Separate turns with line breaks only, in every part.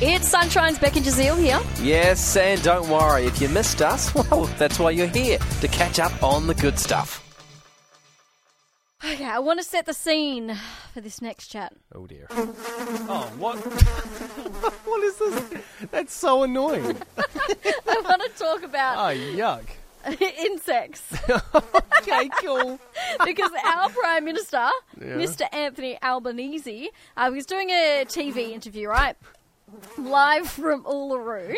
It's Sunshine's Becky Jazeel here.
Yes, and don't worry, if you missed us, well, that's why you're here, to catch up on the good stuff.
Okay, I want to set the scene for this next chat.
Oh dear. Oh, what? what is this? That's so annoying.
I want to talk about
Oh, yuck.
insects
Okay, cool.
because our Prime Minister,
Yeah.
Mr. Anthony Albanese, uh, was doing a TV interview, right? Live from Uluru.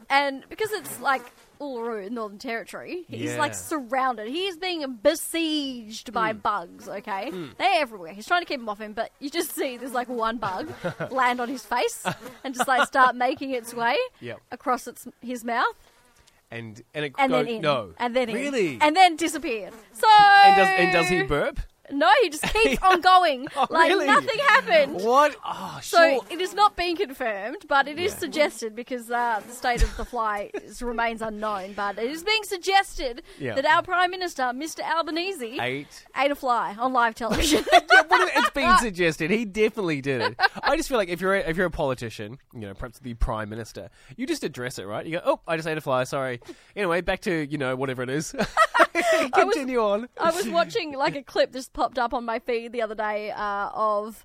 And because it's like Uluru, Northern Territory, he's
Yeah.
like surrounded. He is being besieged by
Hmm.
bugs, okay? They're everywhere. He's trying to keep them off him, but you just see there's like one bug land on his face and just like start making its way
Yep.
across its, his mouth.
And and it
and
go,
then in,
no.
and then in,
really.
and then disappeared. So
And does and does he burp?
No, he just keeps on going like
Oh, really?
nothing happened.
What? Oh,
So
sure.
it is not being confirmed, but it is suggested because uh, the state of the fly is, remains unknown. But it is being suggested
Yeah.
that our prime minister, Mr. Albanese,
Eight.
ate a fly on live television.
yeah, what if it's been suggested. He definitely did it. I just feel like if you're a, if you're a politician, you know, perhaps the prime minister, you just address it, right? You go, oh, I just ate a fly. Sorry. Anyway, back to you know whatever it is. Continue on.
I was watching like a clip just popped up on my feed the other day uh, of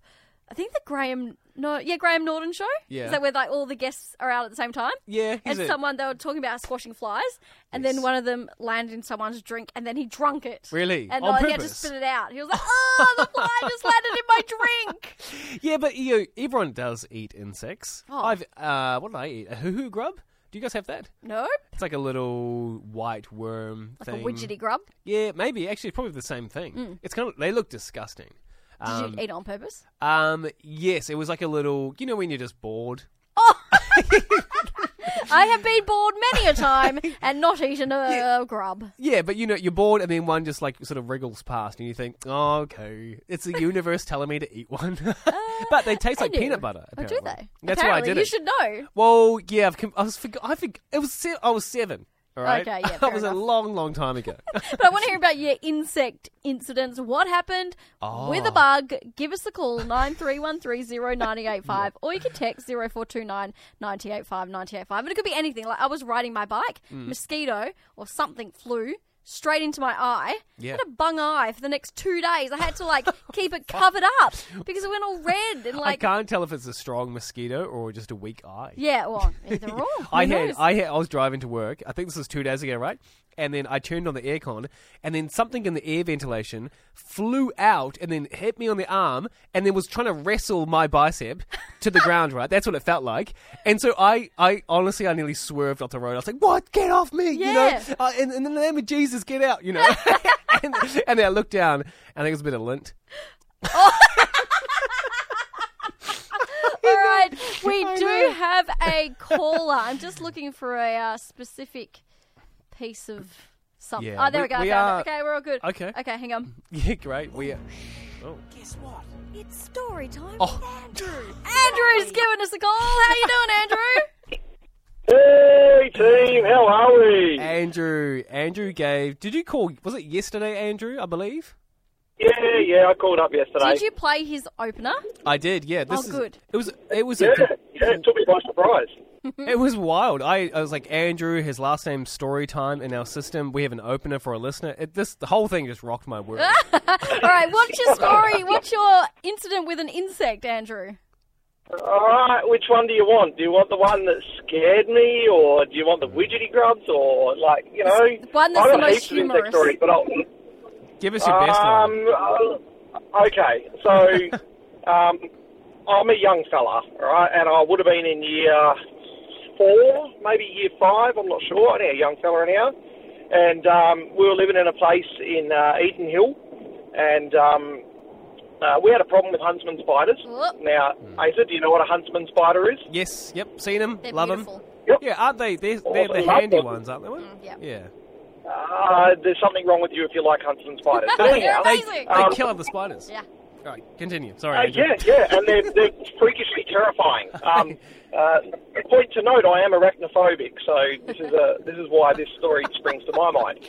I think the Graham no yeah Graham Norton show
Yeah.
is that where like all the guests are out at the same time
Yeah,
and
he's a-
someone they were talking about squashing flies and then one of them landed in someone's drink and then he drunk it
Really?
and
On
like, he had to
purpose?
spit it out he was like oh the fly just landed in my drink
Yeah, but you know, everyone does eat insects.
Oh.
I've uh, what did I eat? A hoo hoo grub. Do you guys have that?
nope
It's like a little white worm
like
thing.
a widgety grub
Yeah, maybe. Actually, it's probably the same thing. It's kind of they look disgusting.
did
Um,
you eat it on purpose
um, yes, it was like a little. You know when you're just bored.
I have been bored many a time and not eaten a grub
Yeah, but you know you're bored, and then one just like sort of wriggles past, and you think, "Oh, okay, it's the universe telling me to eat one." but they taste
I
like
knew.
peanut butter.
oh,
Apparently.
Uh, do they
That's
apparently,
why I did
you
it.
should know
Well, yeah, I've com- I was forg I forg it was se- I was seven. All right,
Okay, yeah, fair
that was
enough.
a long, long time ago.
But I want to hear about your insect incidents. What happened with
Oh.
a bug? Give us a call, 93130985, or you can text 0429 985 985. And it could be anything. Like I was riding my bike,
Hmm.
mosquito or something flew straight into my eye. I
Yeah.
had a bung eye for the next two days. I had to like keep it covered up because it went all red and
I
like.
can't tell if it's a strong mosquito or just a weak eye.
Yeah, well, either or. Who
I had,
knows?
I had, I was driving to work. I think this was two days ago, right? And then I turned on the aircon, and then something in the air ventilation flew out and then hit me on the arm, and then was trying to wrestle my bicep to the ground, right? That's what it felt like. And so I, I honestly, I nearly swerved off the road. I was like, "What? Get off me!"
Yeah.
You know, uh, in, in the name of Jesus, get out! You know. and, and then I looked down, and I think it was a bit of lint.
All right, we do have a caller. I'm just looking for a uh, specific piece of something.
Yeah,
oh, there we,
we-
go. I
we
found it.
are-
Okay, we're all good.
Okay.
Okay, hang on.
Yeah, great. We.
Guess what?
It's story time
Oh.
Andrew. Andrew's giving us a call. How you doing, Andrew?
Hey team, how are we?
Andrew, Andrew gave. Did you call? Was it yesterday, Andrew? I believe.
Yeah, yeah, I called up yesterday.
Did you play his opener?
I did. Yeah. This
Oh,
is,
good.
It was. It was.
Yeah,
A,
yeah, it took me by surprise.
it was wild. I, I was like Andrew. His last name, story time in our system. We have an opener for a listener. It, this the whole thing just rocked my world.
Ah! All right, what's your story? What's your incident with an insect, Andrew?
All right, which one do you want? Do you want the one that scared me, or do you want the widgety grubs, or like you know?
The one that's
I got
the most
heaps of insect
humorous.
stories, but I'll,
Give us your best one.
um, uh, okay, so um, I'm a young fella, all right, and I would have been in year four, maybe year five, I'm not sure. Anyhow, young fella, anyhow. And um, we were living in a place in uh, Eden Hill, and um, uh, we had a problem with huntsman spiders.
Whoop.
Now, Asa, do you know what a huntsman spider is?
Yes. Yep. Seen them.
They're
Love
beautiful.
them.
Yep.
Yeah. Aren't they? They're, they're
Awesome.
the
Love
handy
them.
ones, aren't they?
Mm, yeah.
Yeah.
Uh, there's something wrong with you if you like huntsman spiders. But
They're
anyhow,
They,
amazing.
they
Um,
kill other spiders.
Yeah.
All right. Continue. Sorry.
Uh,
Andrew.
yeah, yeah, and they're, they're freakishly terrifying. Um, uh, point to note, I am arachnophobic, so this is a this is why this story springs to my mind.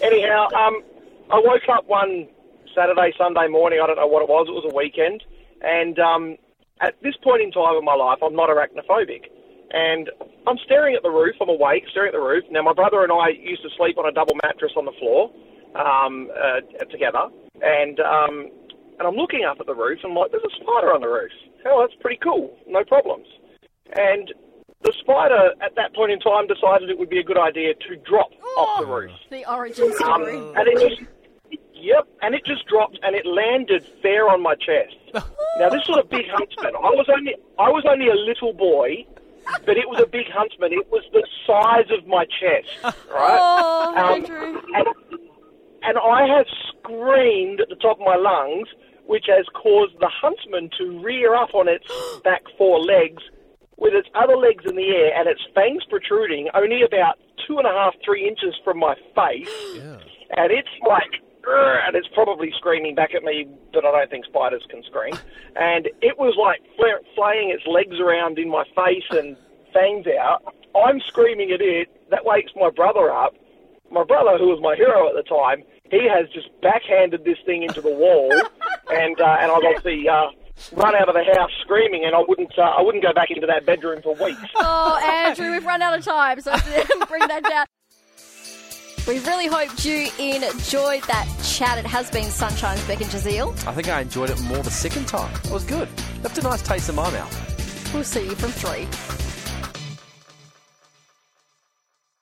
Anyhow, um, I woke up one Saturday, Sunday morning. I don't know what it was. It was a weekend, and um, at this point in time in my life, I'm not arachnophobic. and I'm staring at the roof. I'm awake, staring at the roof. Now, my brother and I used to sleep on a double mattress on the floor um, uh, together, and um, and I'm looking up at the roof. and I'm like, there's a spider on the roof. Hell, that's pretty cool. No problems. And the spider at that point in time decided it would be a good idea to drop off the roof.
The origin
Um,
story.
and it just, yep, and it just dropped and it landed fair on my chest. now this was a big huntsman. I was only I was only a little boy, but it was a big huntsman. It was the size of my chest, right?
Oh,
Um,
Andrew.
and, and I have screamed at the top of my lungs, which has caused the huntsman to rear up on its back four legs with its other legs in the air and its fangs protruding only about two and a half, three inches from my face. And it's like, "Urgh," and it's probably screaming back at me, but I don't think spiders can scream. And it was like flare, flaying its legs around in my face and fangs out. I'm screaming at it. That wakes my brother up my brother, who was my hero at the time, he has just backhanded this thing into the wall, and uh, and I've obviously uh, run out of the house screaming, and I wouldn't uh, I wouldn't go back into that bedroom for weeks.
Oh, Andrew, we've run out of time, so I have to bring that down. We really hoped you enjoyed that chat. It has been Sunshine's Beck and Jazeel.
I think I enjoyed it more the second time. It was good. Left a nice taste in my mouth.
We'll see you from three.